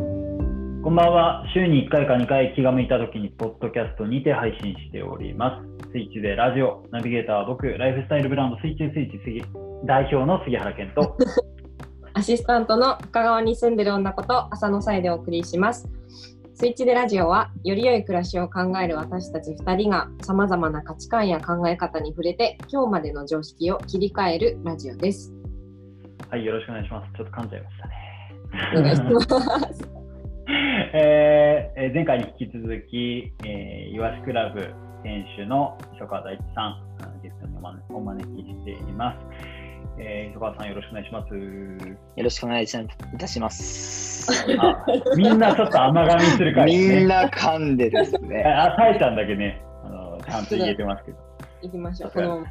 こんばんは。週に1回か2回気が向いた時に、ポッドキャストにて配信しております。スイッチでラジオ、ナビゲーターは僕、ライフスタイルブランド、スイッチスイッチ杉代表の杉原 健と、アシスタントの深川に住んでる女こと朝の際でお送りします。スイッチでラジオはより良い暮らしを考える私たち2人がさまざまな価値観や考え方に触れて今日までの常識を切り替えるラジオです。はい、よろしくお願いします。ちょっと噛んじゃいましたね。お願いします。 えーえー前回に引き続き、えー、イワシクラブ店主の磯川大地さんあの、ゲストにお招お招きしています。えー、磯川さん、よろしくお願いします。よろしくお願いいたします。あみんなちょっと甘噛みするから、ね、 みんな噛んでですね。あ、あ大ちゃんだけね、あのちゃんと言えてますけど。行きましょう。この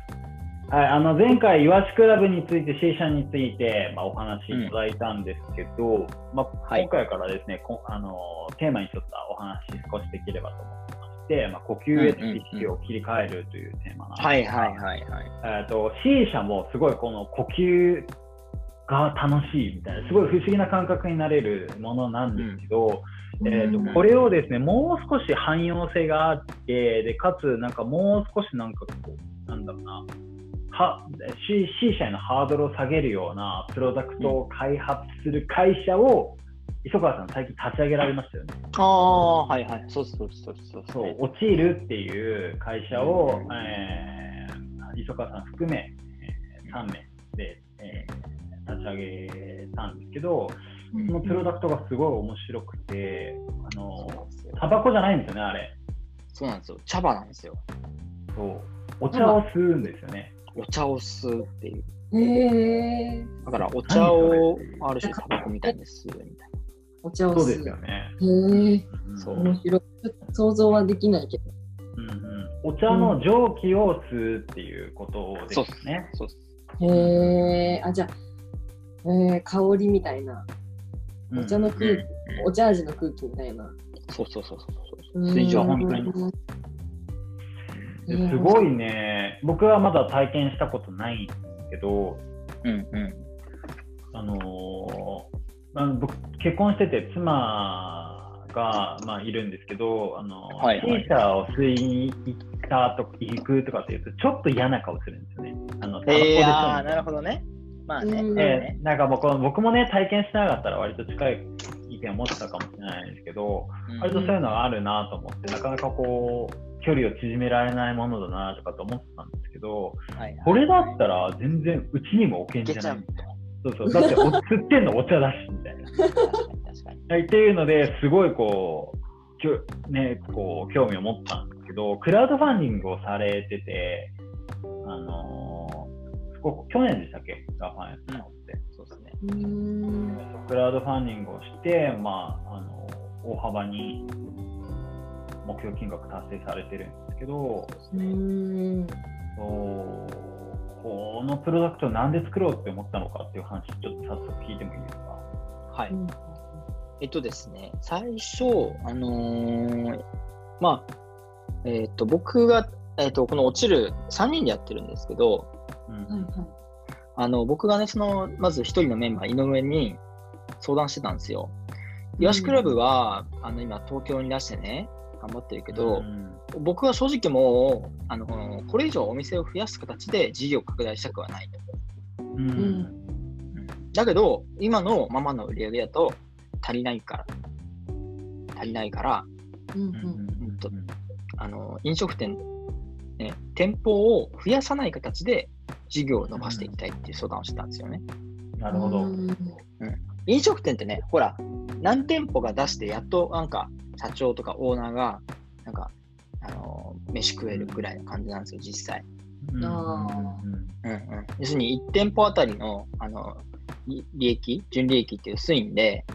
はい、あの前回、イワシクラブについて、シーシャについて、まあ、お話いただいたんですけど、まあ、はい今回からですね、こあのテーマに沿ったお話少しできればと思ってまして、まあ、呼吸への意識を切り替えるというテーマなんですが はいはいはいはい。えー、と C 社もすごいこの呼吸が楽しいみたいなすごい不思議な感覚になれるものなんですけど、うんえうー、んとこれをですねもう少し汎用性があってでかつなんかもう少しなんかこうなんだろうなは C, C 社へのハードルを下げるようなプロダクトを開発する会社を、磯川さん最近立ち上げられましたよね。ああ、はいはい。そうそうそうそうそそうう。落ちるっていう会社を、うんえー磯川さん含め、えー3名で、えー立ち上げたんですけど、そのプロダクトがすごい面白くて、あそうなんのですよタバコじゃないんですよね、あれ。そうなんですよ。茶葉なんですよ。そうお茶を吸うんですよね。お茶を吸うっていう。へーだからお茶を何それある種タバコみたいに吸うみたいお茶をそうすでする。よね。へえうんそう面白い。ちょっと想像はできないけど。うんうんお茶の蒸気を吸うっていうことですそうよっすね。な。そうっすへえ。あじゃあ、えー、香りみたいなうんお茶の空気、お茶味の空気みたいな。そうそうそうそうう。ん水上本当に。でうんすごいね、僕はまだ体験したことないんですけど、うんうん。あのーあの僕結婚してて妻が、まあ、いるんですけど、あのーはいはいシーサーを吸いに行ったとか行くとかっていうとちょっと嫌な顔するんですよね。あのタバコでえすー、よあーねなるほどね。まあね。うんまあえねーなんか僕僕もね体験してなかったら割と近い意見を持ってたかもしれないんですけど、割とそういうのがあるなと思ってなかなかこう距離を縮められないものだなとかと思ってたんですけどはいこれだったら全然うちにも置けんいじけゃちなゃ。いうそうそうだってお吸ってんのお茶だしみたいな。 確かに確かに。はい、っていうのですごいこうきょ、ね、こう興味を持ったんですけどクラウドファンディングをされてて、あのーすごく去年でしたっけがファンやったのって、そうですね。うーんクラウドファンディングをして、まああのー大幅に目標金額達成されてるんですけどうーんそうこのプロダクトをなんで作ろうって思ったのかっていう話ちょっと早速聞いてもいいですかはい。えっとですね、最初、あのーまあ、えっと、僕が、えっと、この落ちる3人でやってるんですけど、うんはいはいあの、僕がね、その、まず1人のメンバー、井上に相談してたんですよ。イワシクラブは、あの、今、東京に出してね、頑張ってるけど、うん僕は正直もう、あの、これ以上お店を増やす形で事業を拡大したくはないと。うんんだけど、今のままの売り上げだと足りないから、足りないから、うんうんうんうんうんあの飲食店、ね、店舗を増やさない形で事業を伸ばしていきたいっていう相談をしてたんですよね。なるほど。うん飲食店ってね、ほら、何店舗か出して、やっとなんか社長とかオーナーが、なんか、あの飯食えるぐらいの感じなんですよ、実際。あうんうん、要するに1店舗あたりのあのい利益、純利益っていう推移で、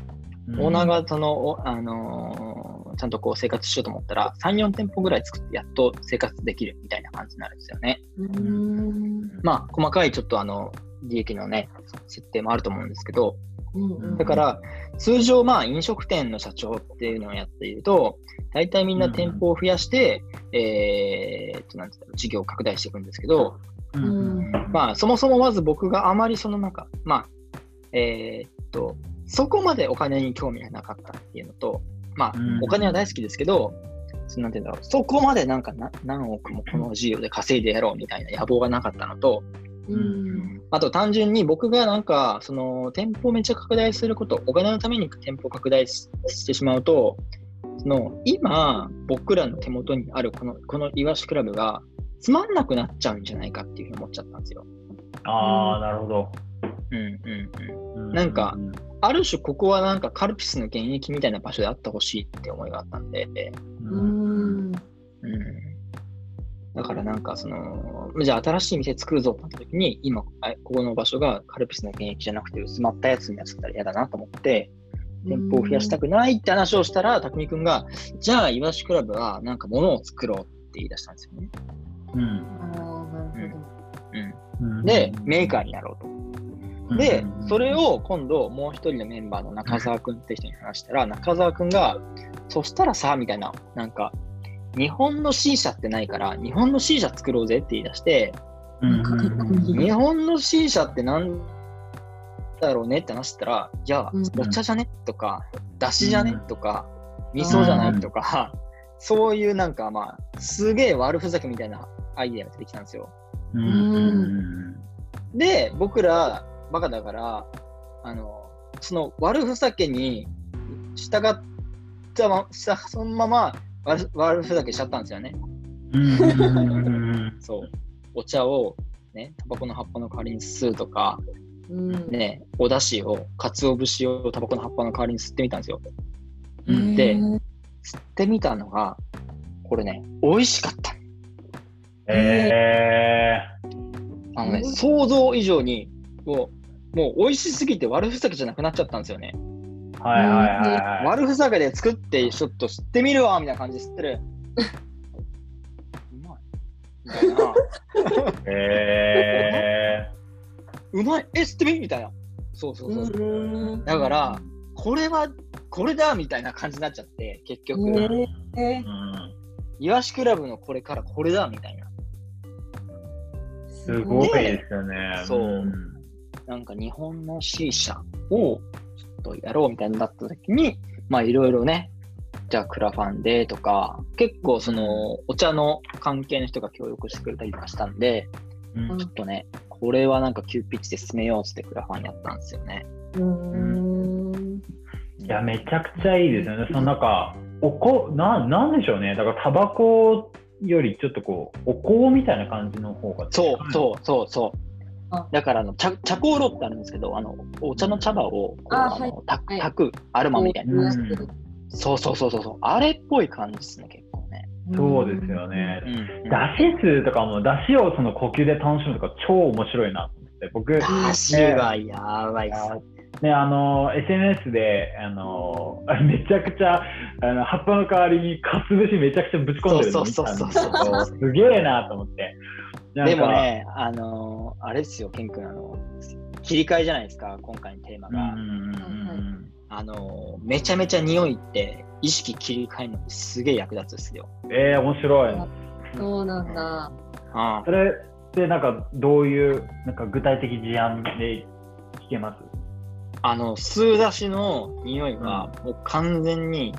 オーナーがその、おあのーちゃんとこう生活しようと思ったら、3、4店舗ぐらい作って、やっと生活できるみたいな感じになるんですよね。うーんまあ、細かいちょっとあの利益のね、設定もあると思うんですけど、うんうんだから、通常、まあ、飲食店の社長っていうのをやっていると、大体みんな店舗を増やして、えーっと、なんていうの事業を拡大していくんですけど、うんうんあ、まあ、そもそもまず僕があまりその中、まあ、えーっと、そこまでお金に興味がなかったっていうのと、まあ、うんお金は大好きですけど、そのなんていうんだろう、そこまでなんかな何億もこの事業で稼いでやろうみたいな野望がなかったのと、うんあと単純に僕がなんか、その店舗をめっちゃ拡大すること、お金のために店舗を拡大ししてしまうと、その今、僕らの手元にあるこのこのイワシクラブがつまんなくなっちゃうんじゃないかっていうふうに思っちゃったんですよ。ああ、なるほど。うんうんうん。うなんかうんある種ここはなんかカルピスの現役みたいな場所であってほしいって思いがあったんで、うんうん、だからなんかそのじゃあ新しい店作るぞってなった時に今あここの場所がカルピスの現役じゃなくて薄まったやつになっちゃったら嫌だなと思って店舗を増やしたくないって話をしたら匠くんがじゃあイワシクラブはなんか物を作ろうって言い出したんですよね、うんあーなるほどうんでメーカーになろうとうんで、それを今度、もう一人のメンバーの中澤君って人に話したら、中澤君が、そしたらさ、みたいな、なんか、日本の C 社ってないから、日本の C 社作ろうぜって言い出して、うんうんかかっこいい日本の C 社ってなんだろうねって話したら、じゃあうん、お茶じゃねとか、だしじゃねうんとか、味噌じゃないとか、 そういうなんか、まあ、すげえ悪ふざけみたいなアイデアが出てきたんですよ。うんで、僕ら、バカだから、あの、その悪ふざけに従ったま、したそのまま悪悪ふざけしちゃったんですよね。うんうんそう。お茶を、ね、タバコの葉っぱの代わりに吸うとか、うんね、お出汁を、鰹節をタバコの葉っぱの代わりに吸ってみたんですよ。うんでうん吸ってみたのが、これね、美味しかった。えあのね、うん想像以上に、もう、もう美味しすぎて悪ふざけじゃなくなっちゃったんですよね。ー、はいはいはいはい。悪ふざけで作ってちょっと吸ってみるわみたいな感じで吸ってる。うまい。みたいな。えうまい。え、吸ってみみたいな。そうそうそう。うんだから、これは、これだみたいな感じになっちゃって、結局、えー、うんイワシクラブのこれからこれだみたいな。ーすすごいねですよね。そうんなんか日本の C 社をちょっとやろうみたいになった時に、まあいろいろね、じゃあクラファンでとか、結構そのお茶の関係の人が協力してくれたりとかしたんで、うんちょっとね、これはなんか急ピッチで進めようっつってクラファンやったんですよね。うんいや、めちゃくちゃいいですよね。そのなんか、おこ、な、なんでしょうね。だから、タバコよりちょっとこう、お香みたいな感じの方が。そうそうそうそうあ。だからあの茶茶香炉ってあるんですけど、あのお茶の茶葉をこうああはいの炊くはい炊くアロマみたいな、うんそうそうそうそうそう、あれっぽい感じですね、結構ね。そうですよねう。ん、だし酢とかも、だしをその呼吸で楽しむとか、超面白いなと思って。僕、だしはやばいっす。ね、あの、SNS で、あの、 めちゃくちゃ、あの、葉っぱの代わりに、かつ節めちゃくちゃぶち込んでるの見たんですそうそうそうそうけど、すげえなと思って。なんかでも、ね、あのーあれですよ、ケン君、あの切り替えじゃないですか、今回のテーマうんが。うんうんあのーめちゃめちゃ匂いって、意識切り替えるのにすげえ役立つですよ。うん。えー、面白い。そうなんだ。あそれってなんかどういうなんか具体的事案で聞けますあの、吸う出しの匂いは、もう完全に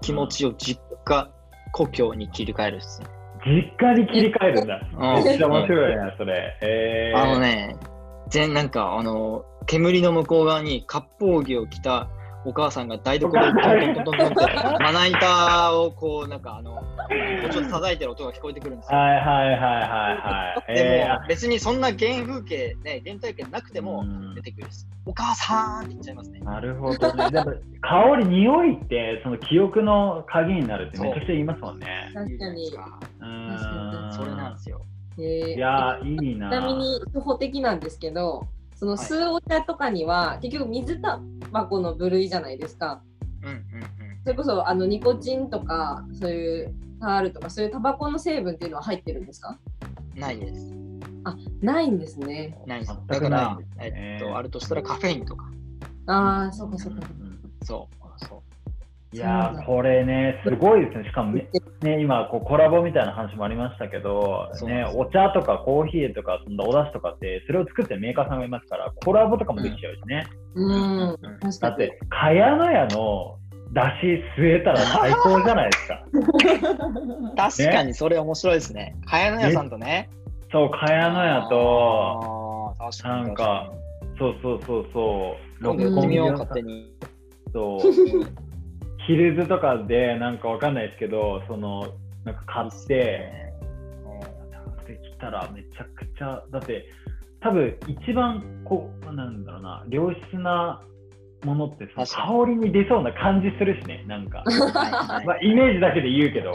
気持ちを実家、故郷に切り替えるっすね。実家に切り替えるんだ。うんめっちゃ面白いな、それ。えー、あのね、全なんか、あの、煙の向こう側に割烹着を着たお母さんが台所でトント ントントントンって、まな板をこう、なんか、あの、ちょっと叩いてる音が聞こえてくるんですよ。はいはいはいはいはい。でえーも、別にそんな原風景、ね、原体験なくてもうん出てくるです。お母さんって言っちゃいますね。なるほどね。でも香り、匂いってその記憶の鍵になるってめちゃくちゃ言いますもんね。確言うじゃかないでにす。かうかん。それなんですよ。えーいやー、いいな。ちなみに、初歩的なんですけど、そのはい吸うお茶とかには、結局水タバコの部類じゃないですか。うんうんうん。それこそあのニコチンとか、そういうタールとか、そういうタバコの成分っていうのは入ってるんですかないです。ないんですね。ないです。全だくかないらんです、ねえっと、あるとしたらカフェインとか。ああ、そうかそうか。うんそう。そういやーこれね、すごいですね、しかもね、ね今こう、コラボみたいな話もありましたけどそ、うねなんで、すお茶とかコーヒーとか、そんなお出汁とかって、それを作ってるメーカーさんがいますから、コラボとかもできちゃうしね、うん、確だかって、茅野屋の出し据えたら最高じゃないですか。確かにそれ面白いですね。茅野屋さんとね。そう、茅野屋と、あー、確かになんか、そうそうそうそう、六今度やって本み木よのう、勝手に。そう う、んヒルズとかでなんかわかんないですけど、その、なんか買って、、できたらめちゃくちゃだって多分一番こうなんだろうな良質なものってさ確か香りに出そうな感じするしねなん か ままあイメージだけで言うけど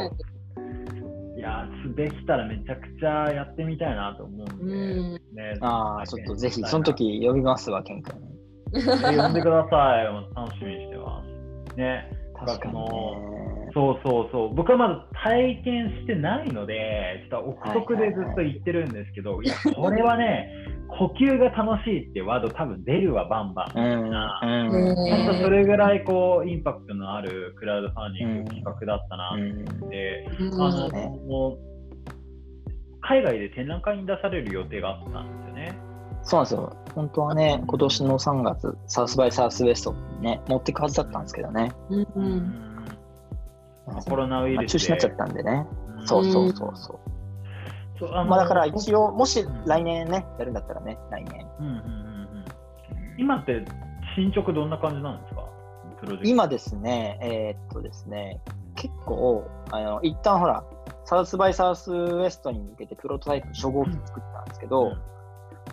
うんいやーできたらめちゃくちゃやってみたいなと思うんで、うんねああ、ちょっとぜひ、その時呼びますわ、ケン君。ね呼んでください もう楽しみにしてますね確かにね。そうそうそう僕はまだ体験してないのでちょっと憶測でずっと言ってるんですけ ど、いやこれはね呼吸が楽しいってワード多分出るわバンバン。うん。ね本当えそれぐらいこうインパクトのあるクラウドファンディング企画だったなうんって、うんあのねもう海外で展覧会に出される予定があったんですよね。そうなんですよ。本当はね、今年の3月、サウスバイサウスウェストにね、持っていくはずだったんですけどね。うんうんまあコロナウイまあル中ス止になっちゃったんでね。そうそうそうそう。そうあのまあだから一応、もし来年ね、やるんだったらね、来年。うんうんうんうん今って進捗どんな感じなんですかプロジェクト今ですね、えーっとですね、結構、あの一旦ほら、サウスバイサウスウエストに向けてプロトタイプ、初号機作ったんですけど、うん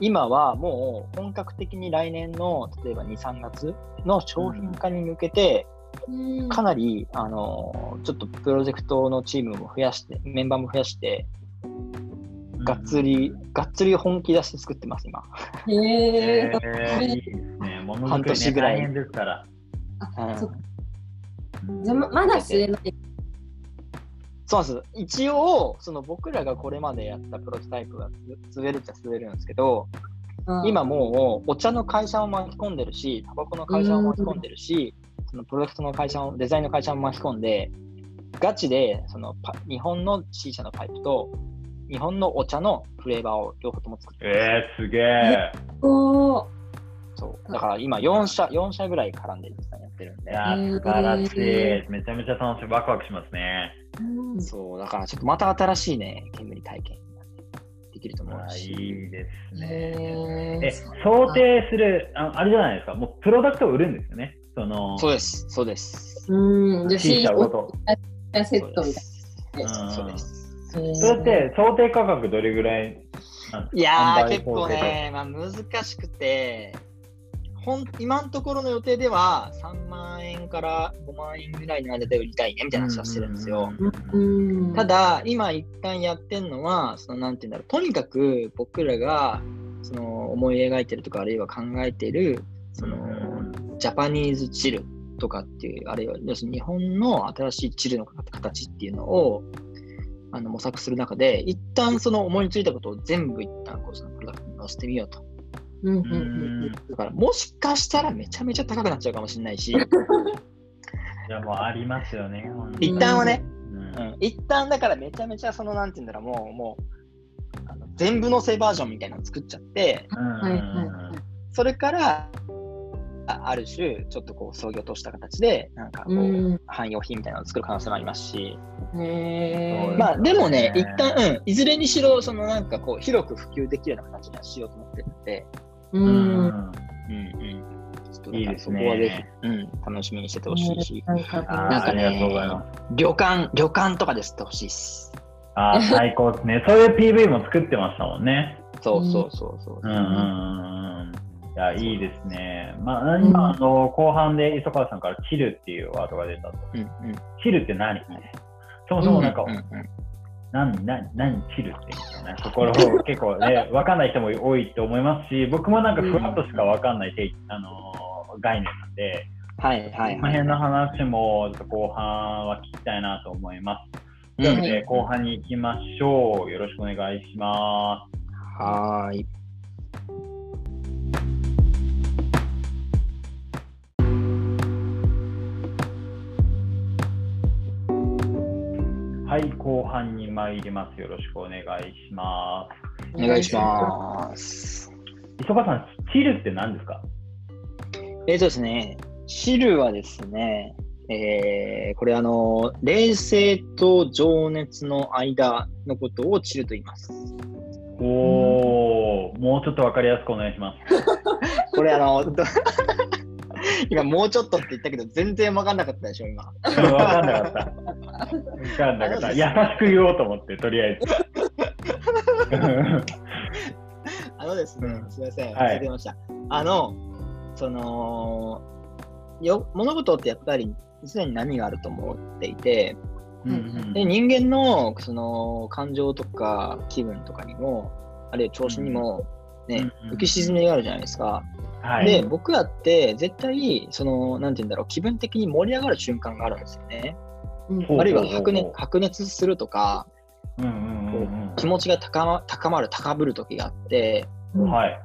今はもう本格的に来年の、例えば2、3月の商品化に向けて、うんかなり、あのちょっとプロジェクトのチームも増やして、メンバーも増やして、がっつり、がっつり本気出して作ってます、今。へえーー、いいですね。ものづ半くりね年ぐらい大変ですから。うんそっかじゃあままだ吸えない。そうなんです一応その僕らがこれまでやったプロトタイプは滑るっちゃ滑るんですけど、今もうお茶の会社を巻き込んでるしタバコの会社を巻き込んでるし、そのプロダクトの会社をデザインの会社も巻き込んでガチでそのパ日本の C 社のパイプと日本のお茶のフレーバーを両方とも作ってます、えー、すげえ。おーそうだから今4社4社ぐらい絡んでですねやってるんいでやー、素晴らしえい。めちゃめちゃ楽しい。ワクワクしますね。うんそうだからちょっとまた新しいね煙体験できると思あうーし、いいですへね。ーえ、想定するあ、あれじゃないですか。もうプロダクトを売るんですよね。その、そうですそうですうん、じゃあ C 社ごと。セットみたいそうですうんそうです。な。へーそれって想定価格どれぐらいなんですかいやー、販売結構想定価格ね、まあ、難しくて、ほん今のところの予定では3万円から5万円ぐらいの間で売りたいねみたいな話はしてるんですよ。ううん、た、だ、今一旦やってるのは、そのなんていうんだろう、とにかく僕らがその思い描いてるとか、あるいは考えてる、そのジャパニーズチルとかっていう、あるいは要するに日本の新しいチルの形っていうのをあの模索する中で、一旦その思いついたことを全部一旦こうそのプロダクトに載せてみようと。うんうんうんうんうんいだからもしかしたらめちゃめちゃ高くなっちゃうかもしれないし、や、もうありますよね。ほんとに一旦はね、うんうん、一旦だからめちゃめちゃそのなんて言うんだろう、もう、もうあの全部のせバージョンみたいなの作っちゃって、うんはいはいはいそれから、あある種、ちょっとこう、創業とした形で、なんかこう、うん汎用品みたいなのを作る可能性もありますし、へーまあでもね、うん一旦、うん、いずれにしろ、そのなんかこう、広く普及できるような形にはしようと思ってるので、ううんんうんうん。ちょっといいなんでかすそねこはぜひ、うん、楽しみにしててほしいし、なんかあーなんかねありがとうございま旅館、旅館とかで吸ってほしいっす。あー最高ですね。そう いう PV も作ってましたもんね。そうそうそうそう。うんうんうんうん。いや、いいですね。まあ、うん今、あの、後半で磯川さんから、チルっていうワードが出たと。うんうんチルって何そもそもなんか、うんうん何、何、何、チルってみたいなところを結構ね、 わかんない人も多いと思いますし、僕もなんかふわっとしかわかんない、てあのー概念なんで、はいはいこのはい。辺の話もちょっと後半は聞きたいなと思います。というわけで、後半に行きましょう。よろしくお願いします。はーい。はい、後半に参ります。よろしくお願いしまお願いします。す。磯川さん、チルって何ですかえっとですね、汁はですね、えーこれあの、冷静と情熱の間のことをチルと言います。おお、もうちょっとわかりやすくお願いします。これあの、 ど今もうちょっとって言ったけど、全然わかんなかったでしょ、今。わ かんなかった。わかんなかった。優しく言おうと思って、とりあえ ず。あのですね、うんすみません、はい忘れてました。あの、そのよ、物事ってやっぱり常に何があると思っていて、うんうんで人間のその感情とか気分とかにも、あるいは調子にも、ねうんうん浮き沈みがあるじゃないですか。はい、で、僕らって絶対、その、なんて言うんだろう、気分的に盛り上がる瞬間があるんですよね。うんほうあるいは白熱白熱するとか、うんうんうん気持ちが高ま高まる、高ぶる時があって、うん。はい。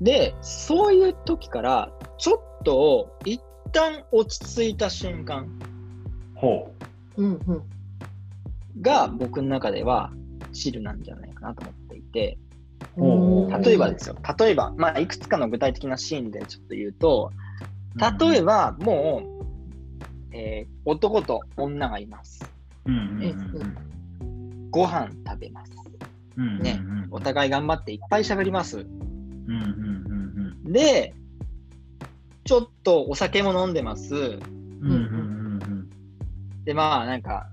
でそういう時からちょっと一旦落ち着いた瞬間ほうんうんが僕の中ではチルなんじゃないかなと思っていてほううん例えばですよ例えばまあいくつかの具体的なシーンでちょっと言うとう。例えばもう、えー男と女がいますうんうんうんご飯食べますうんうん。ねお互い頑張っていっぱい喋りますうんうんうんでちょっとお酒も飲んでますうん。うんうんうんうん。で、まあ、なんか、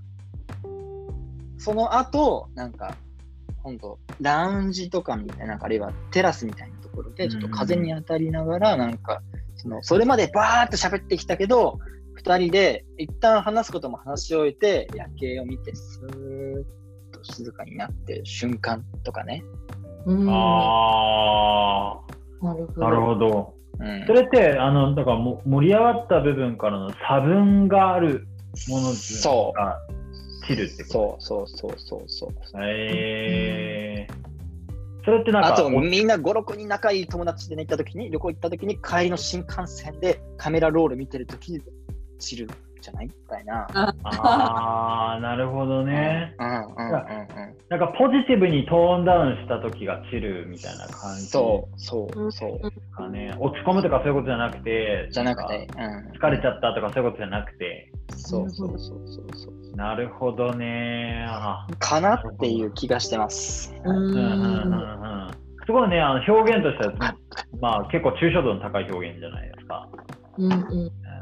その後、なんか、今度、ラウンジとかみたいな、なんかあるいはテラスみたいなところで、ちょっと風に当たりながら、なんか、その、それまでバーっと喋ってきたけど、二人で、一旦話すことも話し終えて、夜景を見て、スーッと静かになってる瞬間とかね。うんあなるほあ、どなるほど。うんそれって、あの、だからも盛り上がった部分からの差分があるものっていうのそが散るってう。こそうそうそうそうそう。と。へえそれってなんか、あとみんな5、6人仲いい友達で、ね、行った時に、旅行行った時に帰りの新幹線でカメラロール見てる時に散るじゃないみたいな。ああ、なるほどね。うんうんうんうんなんかポジティブにトーンダウンした時が散るみたいな感じですそうそうそう。かね。落ち込むとかそういうことじゃなくて、じゃなくんてか、うん、疲れちゃったとかそういうことじゃなくて、そうそうそうそうそう。なるほどね。あかなっていう気がしてます。ううんんうんうんうん。すごいね、あの表現としては、ま あ結構抽象度の高い表現じゃないですか。うんうんうん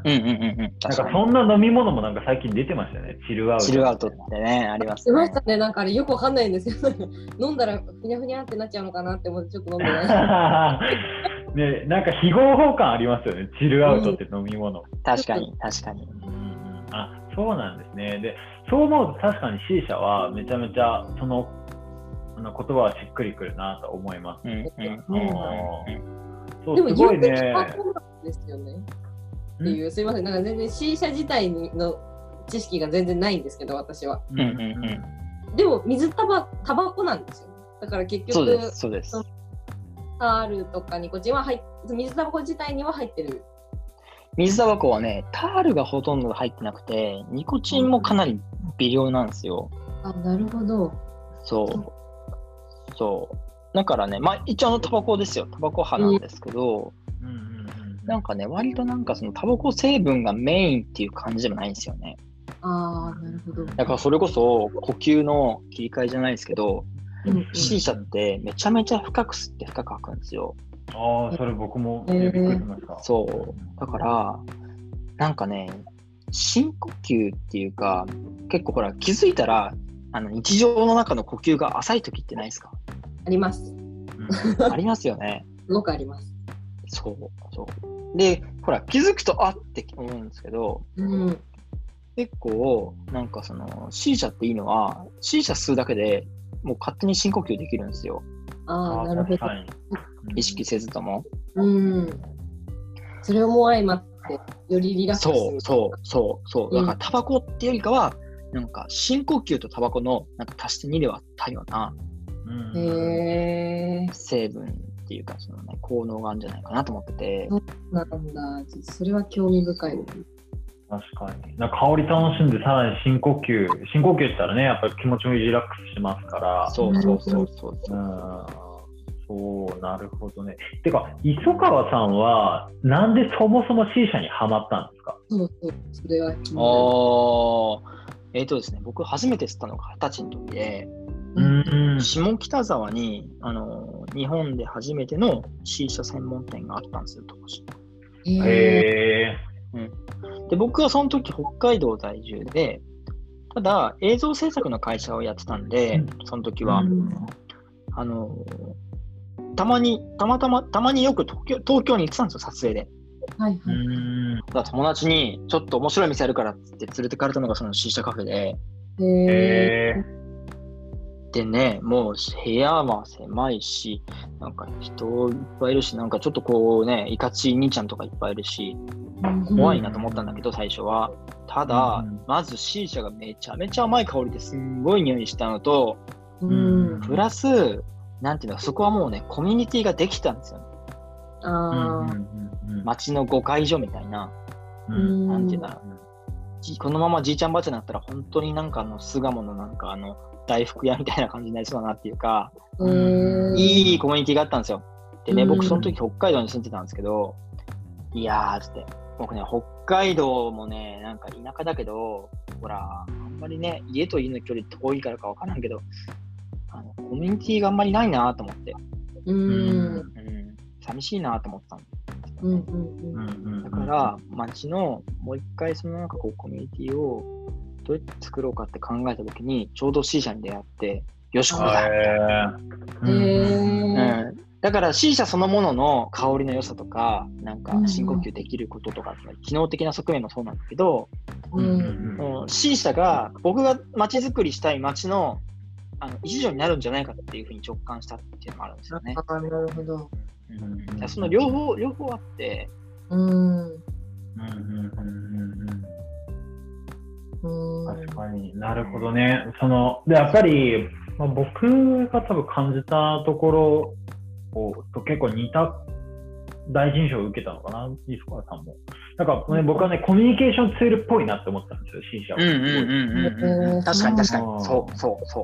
うんうんうん。なん確かかそにんな飲み物もなんか最近出てましたよね。チルアウト。チルアウトってね、ありますしましたね。ねなんかあれよくわかんないんですよ 飲んだらふにゃふにゃってなっちゃうのかなって思ってちょっと飲んで ない ね、なんか非合法感ありますよね。チルアウトって飲み物。確かに、確かに。あそうなんですね。で、そう思うと確かに C 社はめちゃめちゃそのあの言葉はしっくりくるなと思います。うんうんううんんそうでもすごい言うてね聞。かそうなんですよねっていうすいませんなんか全然 C 社自体の知識が全然ないんですけど私はううんうんうんでも水タバタバコなんですよだから結そう局です、そうです。タールとかニコチンは入っ水タバコ自体には入ってる水タバコはね、タールがほとんど入ってなくて、ニコチンもかなり微量なんですよ。あなるほどそう。そう。だからね、まあ一応あのタバコですよ。タバコ派なんですけど、うんうんうんなんかね、割となんかそのタバコ成分がメインっていう感じでもないんですよね。ああなるほどだからそれこそ呼吸の切り替えじゃないですけど、うんうん C 社ってめちゃめちゃ深く吸って深く吐くんですよ。ああ、それ僕もねびっくりしました。そう。だから、なんかね、深呼吸っていうか、結構ほら、気づいたら、あの日常の中の呼吸が浅い時ってないですかありますうん。ありますよね。すごくありますそう、そう。で、ほら、気づくと、あって思うんですけど、うん結構、なんかその、C 社っていいのは、C 社吸うだけでもう勝手に深呼吸できるんですよ。ああああ、なる確ほどかに。意識せずとも。うんそれをもう相まってよりリラックスそう、そう、そう、そう。だかうら、タバコってよりかは、なんか、深呼吸とタバコの、なんか足して2で割ったようなうんへえ成分っていうか、そのね、効能があるんじゃないかなと思ってて、なんだちょっとそれは興味深いです確かに。なんか香り楽しんで、さらに深呼吸、深呼吸したらね、やっぱり気持ちもリラックスしますから。そうそうそうそうそうう。ん。おおなるほどね。てか、磯川さんは、なんでそもそも C 社にはまったんですかそうそう、それは気になああ、えっ、とですね、僕初めて知ったのが二十歳の時で、うる。ん。下北沢に、あのー日本で初めての C 社専門店があったんですよ、当時。へえ。へで、僕はその時北海道在住で、ただ映像制作の会社をやってたんで、その時ーは、うんあのーたまに、たまたま、たまによく東京東京に行ってたんですよ、撮影で。はいはうい。ん。だから友達に、ちょっと面白い店あるからって連れてかれたのがその C 社カフェで、へえ。へーでね、もう部屋は狭いし、なんか人いっぱいいるし、なんかちょっとこうね、いかちい兄ちゃんとかいっぱいいるし、怖いなと思ったんだけど、最初は。ただ、うんまず C 社がめちゃめちゃ甘い香りですんごい匂いしたのと、うん。プラス、なんていうの、そこはもうね、コミュニティができたんですよ、ね。ああ。街の5会所みたいな、うんうんうんうんうんなんていうんだろう。じこのままじいちゃんばあちゃんだったら、本当になんかあの、巣鴨のなんかあの、大福屋みたいな感じになりそうだなっていうか、へえ。いいコミュニティがあったんですよ。でね、うん僕その時北海道に住んでたんですけど、いやーつって、僕ね、北海道もね、なんか田舎だけど、ほら、あんまりね、家と家の距離遠いからかわからんけど、あのコミュニティがあんまりないなと思って、うん。うん、寂しいなと思ってたんですようんうね。んうん。うんだから、街のもう一回そのなんかこうコミュニティをどうやって作ろうかって考えた時に、ちょうど C 社に出会って、よし、これだへへーえ。うんだから C 社そのものの香りの良さとか、なんか深呼吸できることとか、機能的な側面もそうなんだけど、ううん。うんんうん C 社が僕が街づくりしたい街のあの一助になるんじゃないかっていうふうに直感したっていうのもあるんですよね。ああ、なるほど。うんうんだからその両方両方あって、うん。うんうんうんうんうん。確かになるほどね。そのでやっぱり、まあ、僕が多分感じたところをと結構似た大臣賞を受けたのかな、西川さんも。なんか、ね、僕はね、コミュニケーションツールっぽいなって思ったんですよ、C 社は。うんうんうん確かに確かにうんそうそうそう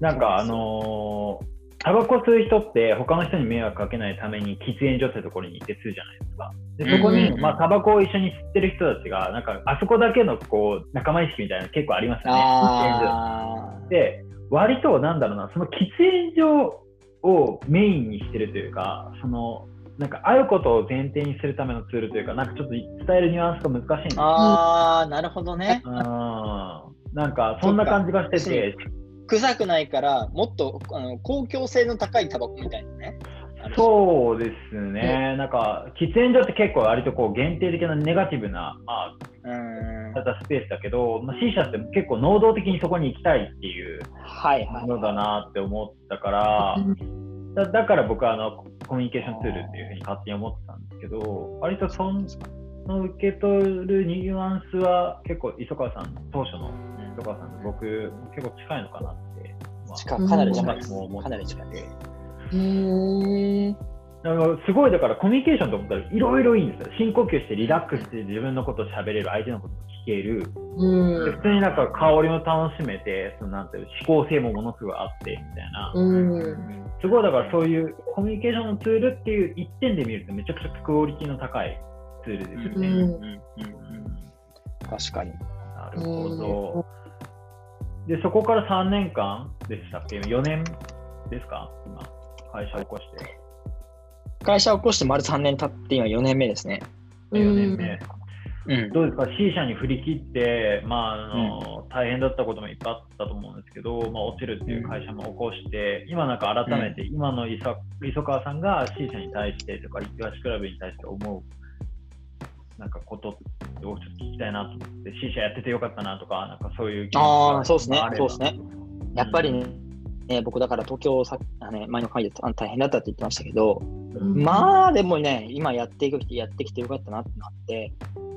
なんかあのータバコ吸う人って他の人に迷惑かけないために喫煙所ってところに行って吸うじゃないですか。でそこに、うんうんうんまあ、タバコを一緒に吸ってる人たちがなんかあそこだけのこう仲間意識みたいなの結構ありますよね。喫煙所あーで割となんだろうなその喫煙所をメインにしてるというかそのなんか会うことを前提にするためのツールというかなんかちょっと伝えるニュアンスが難しいんですよあーなるほどねう。んなんかそんな感じがしてて臭くないから、もっとあの公共性の高いタバコみたいなね。そうですね、なんか喫煙所って結構割とこう限定的なネガティブな、まあ、うーん。ただスペースだけど、まあ、C 社って結構能動的にそこに行きたいっていうはいはい。ものだなって思ったから、だだから僕はあのコミュニケーションツールっていうふうに勝手に思ってたんですけど、割とそんその受け取るニュアンスは結構磯川さん、当初のうん磯川さんと僕、結構近いのかなって。まあ近いかなり近いです。もうもうかなり近いです。へえ。だからすごいだからコミュニケーションと思ったらいろいろいいんですよ。深呼吸してリラックスして自分のことを喋れる、相手のことも聞ける。うん。普通になんか香りも楽しめて、そのなんていう思考性もものすごいあってみたいな。うん。すごいだからそういうコミュニケーションのツールっていう一点で見るとめちゃくちゃクオリティの高いツールですようんね。うんうんうん確かに。なるほど。で、そこから3年間でしたっけ ?4 年ですか今、会社を起こして。会社を起こして丸3年経って、今4年目ですね。 4年目。うん。どうですか ?C 社に振り切って、まああの大変だったこともいっぱいあったと思うんですけど、まあ、落ちるっていう会社も起こして、今なんか改めて、今の磯磯川さんが C 社に対してとか、イワシクラブに対して思うなんかことをちょっと聞きたいなと思って、C 社やっててよかったなとか、なんかそういう気持ちがああ、そうですねあ。れそうばですね。やっぱりね、ね僕だから東京さ、あのね前の会であの大変だったって言ってましたけど、うんまあでもね、今やっていくてやってきてよかったなってなって、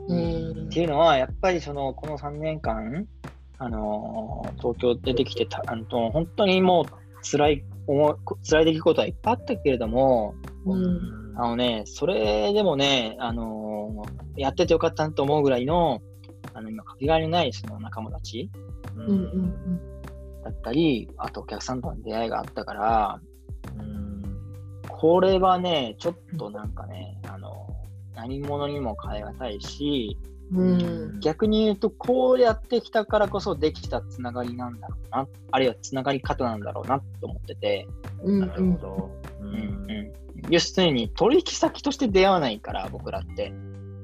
うんっていうのは、やっぱりそのこの3年間、あのー東京出てきてたあの、本当にもう辛い思い辛い出来事はいっぱいあったけれども、うん。あのね、それでもね、あのーやっててよかったなと思うぐらいの、あの今、かけがえのないその仲間たちうんうんうんだったり、あとお客さんとの出会いがあったから、うんこれはね、ちょっとなんかね、あの、何者にも変えがたいし、うん。逆に言うと、こうやってきたからこそできたつながりなんだろうな、あるいはつながり方なんだろうなと思ってて、うんなるほど。う。うんん。要するに取引先として出会わないから、僕らって。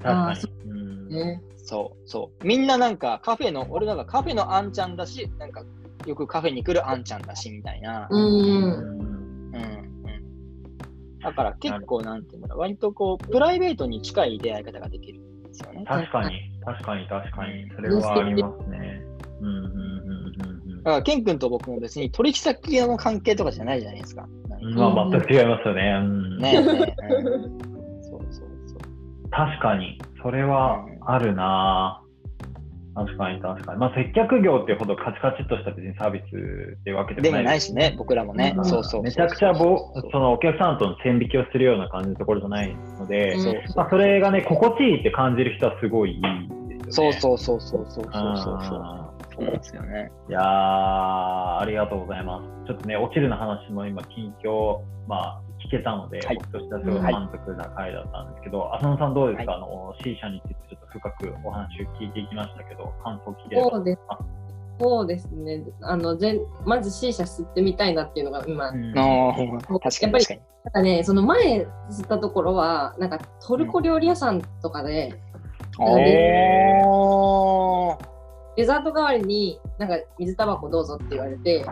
確かそに。うんね。そうそう。みんななんかカフェの、俺なんかカフェのあんちゃんだし、なんかよくカフェに来るあんちゃんだしみたいな。うん。うんうんうん。だから結構なんていうんだろう、割とこう、プライベートに近い出会い方ができるんですよね。だか確かに、確かに、確かに。それはありますね。うんうんうんうんら、ケン君と僕も別に取引先の関係とかじゃないじゃないですか。なんかうん。まあ、全く違いますよね。うんねえねえ。うんそうそうそう。確かに、それはあるな確かに、確かに。まあ、接客業ってほどカチカチっとした別にサービスってわけででももなないいしね、僕らもね。うんそうそう。めちゃくちゃぼそうそうそのお客さんとの線引きをするような感じのところじゃないので、うんそうまあ、それがね、心地いいって感じる人はすごいいいですよね。そうそうそうそうそうそうそうそうそう。あそうなんですよね。ーいやー、ありがとうございます。ちょっとね、落ちるの話も今、近況、まあ、聞けたので、はい僕としてはすごい満足な回だったんですけど、浅野さんどうですか、あの、C 社についてちょっと深くお話を聞いていきましたけど、感想聞ければ。そうです。そうですね。あの、ぜんまず C 社吸ってみたいなっていうのが今、うなんんあーそう確かやっにぱり確かに。かね、その前吸ったところは、なんかトルコ料理屋さんとかで、ねおーデザート代わりになんか水タバコどうぞって言われて、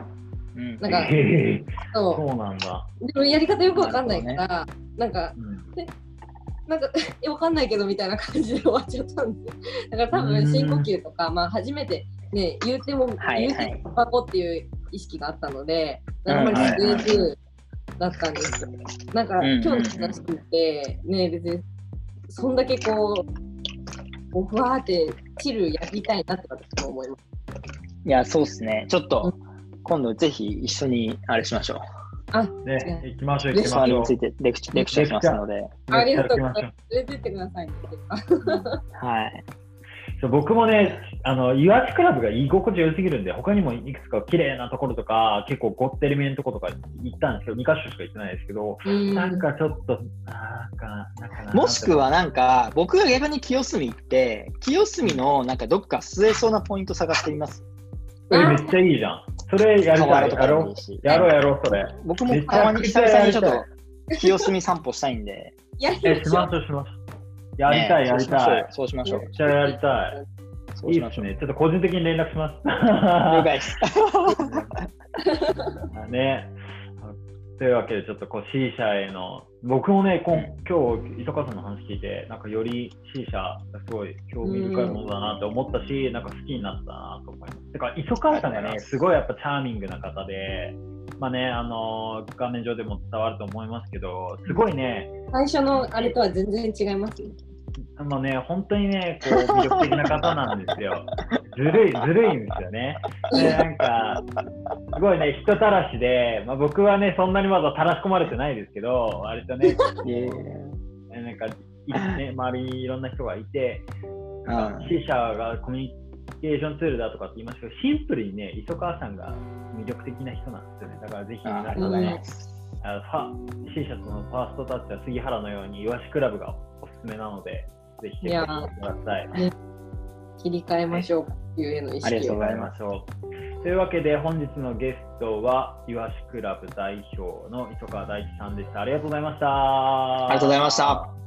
うんなんかへーそそうなんだ。うでもやり方よくわかんないから、なんか、うんなんか えわかんないけどみたいな感じで終わっちゃったんで、だから多分深呼吸とか、まあ初めてね、言うても、はいはい言うてもタバコっていう意識があったので、うんあんまりはいはい吸えずだったんですよ。なんか、うんうんうん今日の話聞いて、ね、別にそんだけこう、こうふわーってチルやりたいなって私も思います。いや、そうっすね。ちょっと、今度ぜひ一緒にあれしましょう。ね、行きましょう、行レきスサまーしょルにうつ。いてレクチレクチャーしますので。ありがとうござ行いきましょます。連れてってくださいね。はい。そう僕もね、あの、イワシクラブが居心地良すぎるんで、他にもいくつか綺麗なところとか、結構ごってりめのとことか行ったんですけど、2箇所しか行ってないですけど、うんなんかちょっと、なんか、なんかなもしくはなんか、僕が逆に清澄行って、清澄のなんかどっか吸えそうなポイント探してみます。え、めっちゃいいじゃん。それやり河た原い。やとかでろもいう い。し。やろうやろう、それ。僕も川に久々にちょめちゃくっちゃやと清澄散歩したいんで。やりえ、まししょまうしょう、しましょう。やりたい、ねやりたい。そうしましょうめっ。ちゃやりたい。そういしいまでしすょう。ね。ちょっと個人的に連絡します。了解です。ね。というわけで、ちょっとこう C 社への、僕もね、こん今日、磯川さんの話聞いて、なんかより C 社がすごい興味深いものだなって思ったし、なんか好きになったなと思います。てか、磯川さんがありがとうございね、ますすごいやっぱチャーミングな方で、まあね、あのー画面上でも伝わると思いますけど、すごいね、最初のあれとは全然違いますね。まあね、本当にね、こう魅力的な方なんです よ。ずるい、ずるいんですよね。で、なんか、すごいね、人たらしで、まあ、僕はね、そんなにまだたらし込まれてないですけど、割とね、いえいえなんか、いね、周りにいろんな人がいて、うん。 C 社がコミュニケーションツールだとかって言いましたけど、シンプルにね、磯川さんが魅力的な人なんですよね。だからぜひあ皆さありがとんうごがざいね、ます。あのファ C 社とのファーストタッチは杉原のように、イワシクラブがおすすめなので、ぜひチェックしてください。切り替えましょう。いうへの意ありが識とうをご。ざいます。ましょう。というわけで本日のゲストはイワシクラブ代表の磯川大地さんでした。ありがとうございました。ありがとうございました。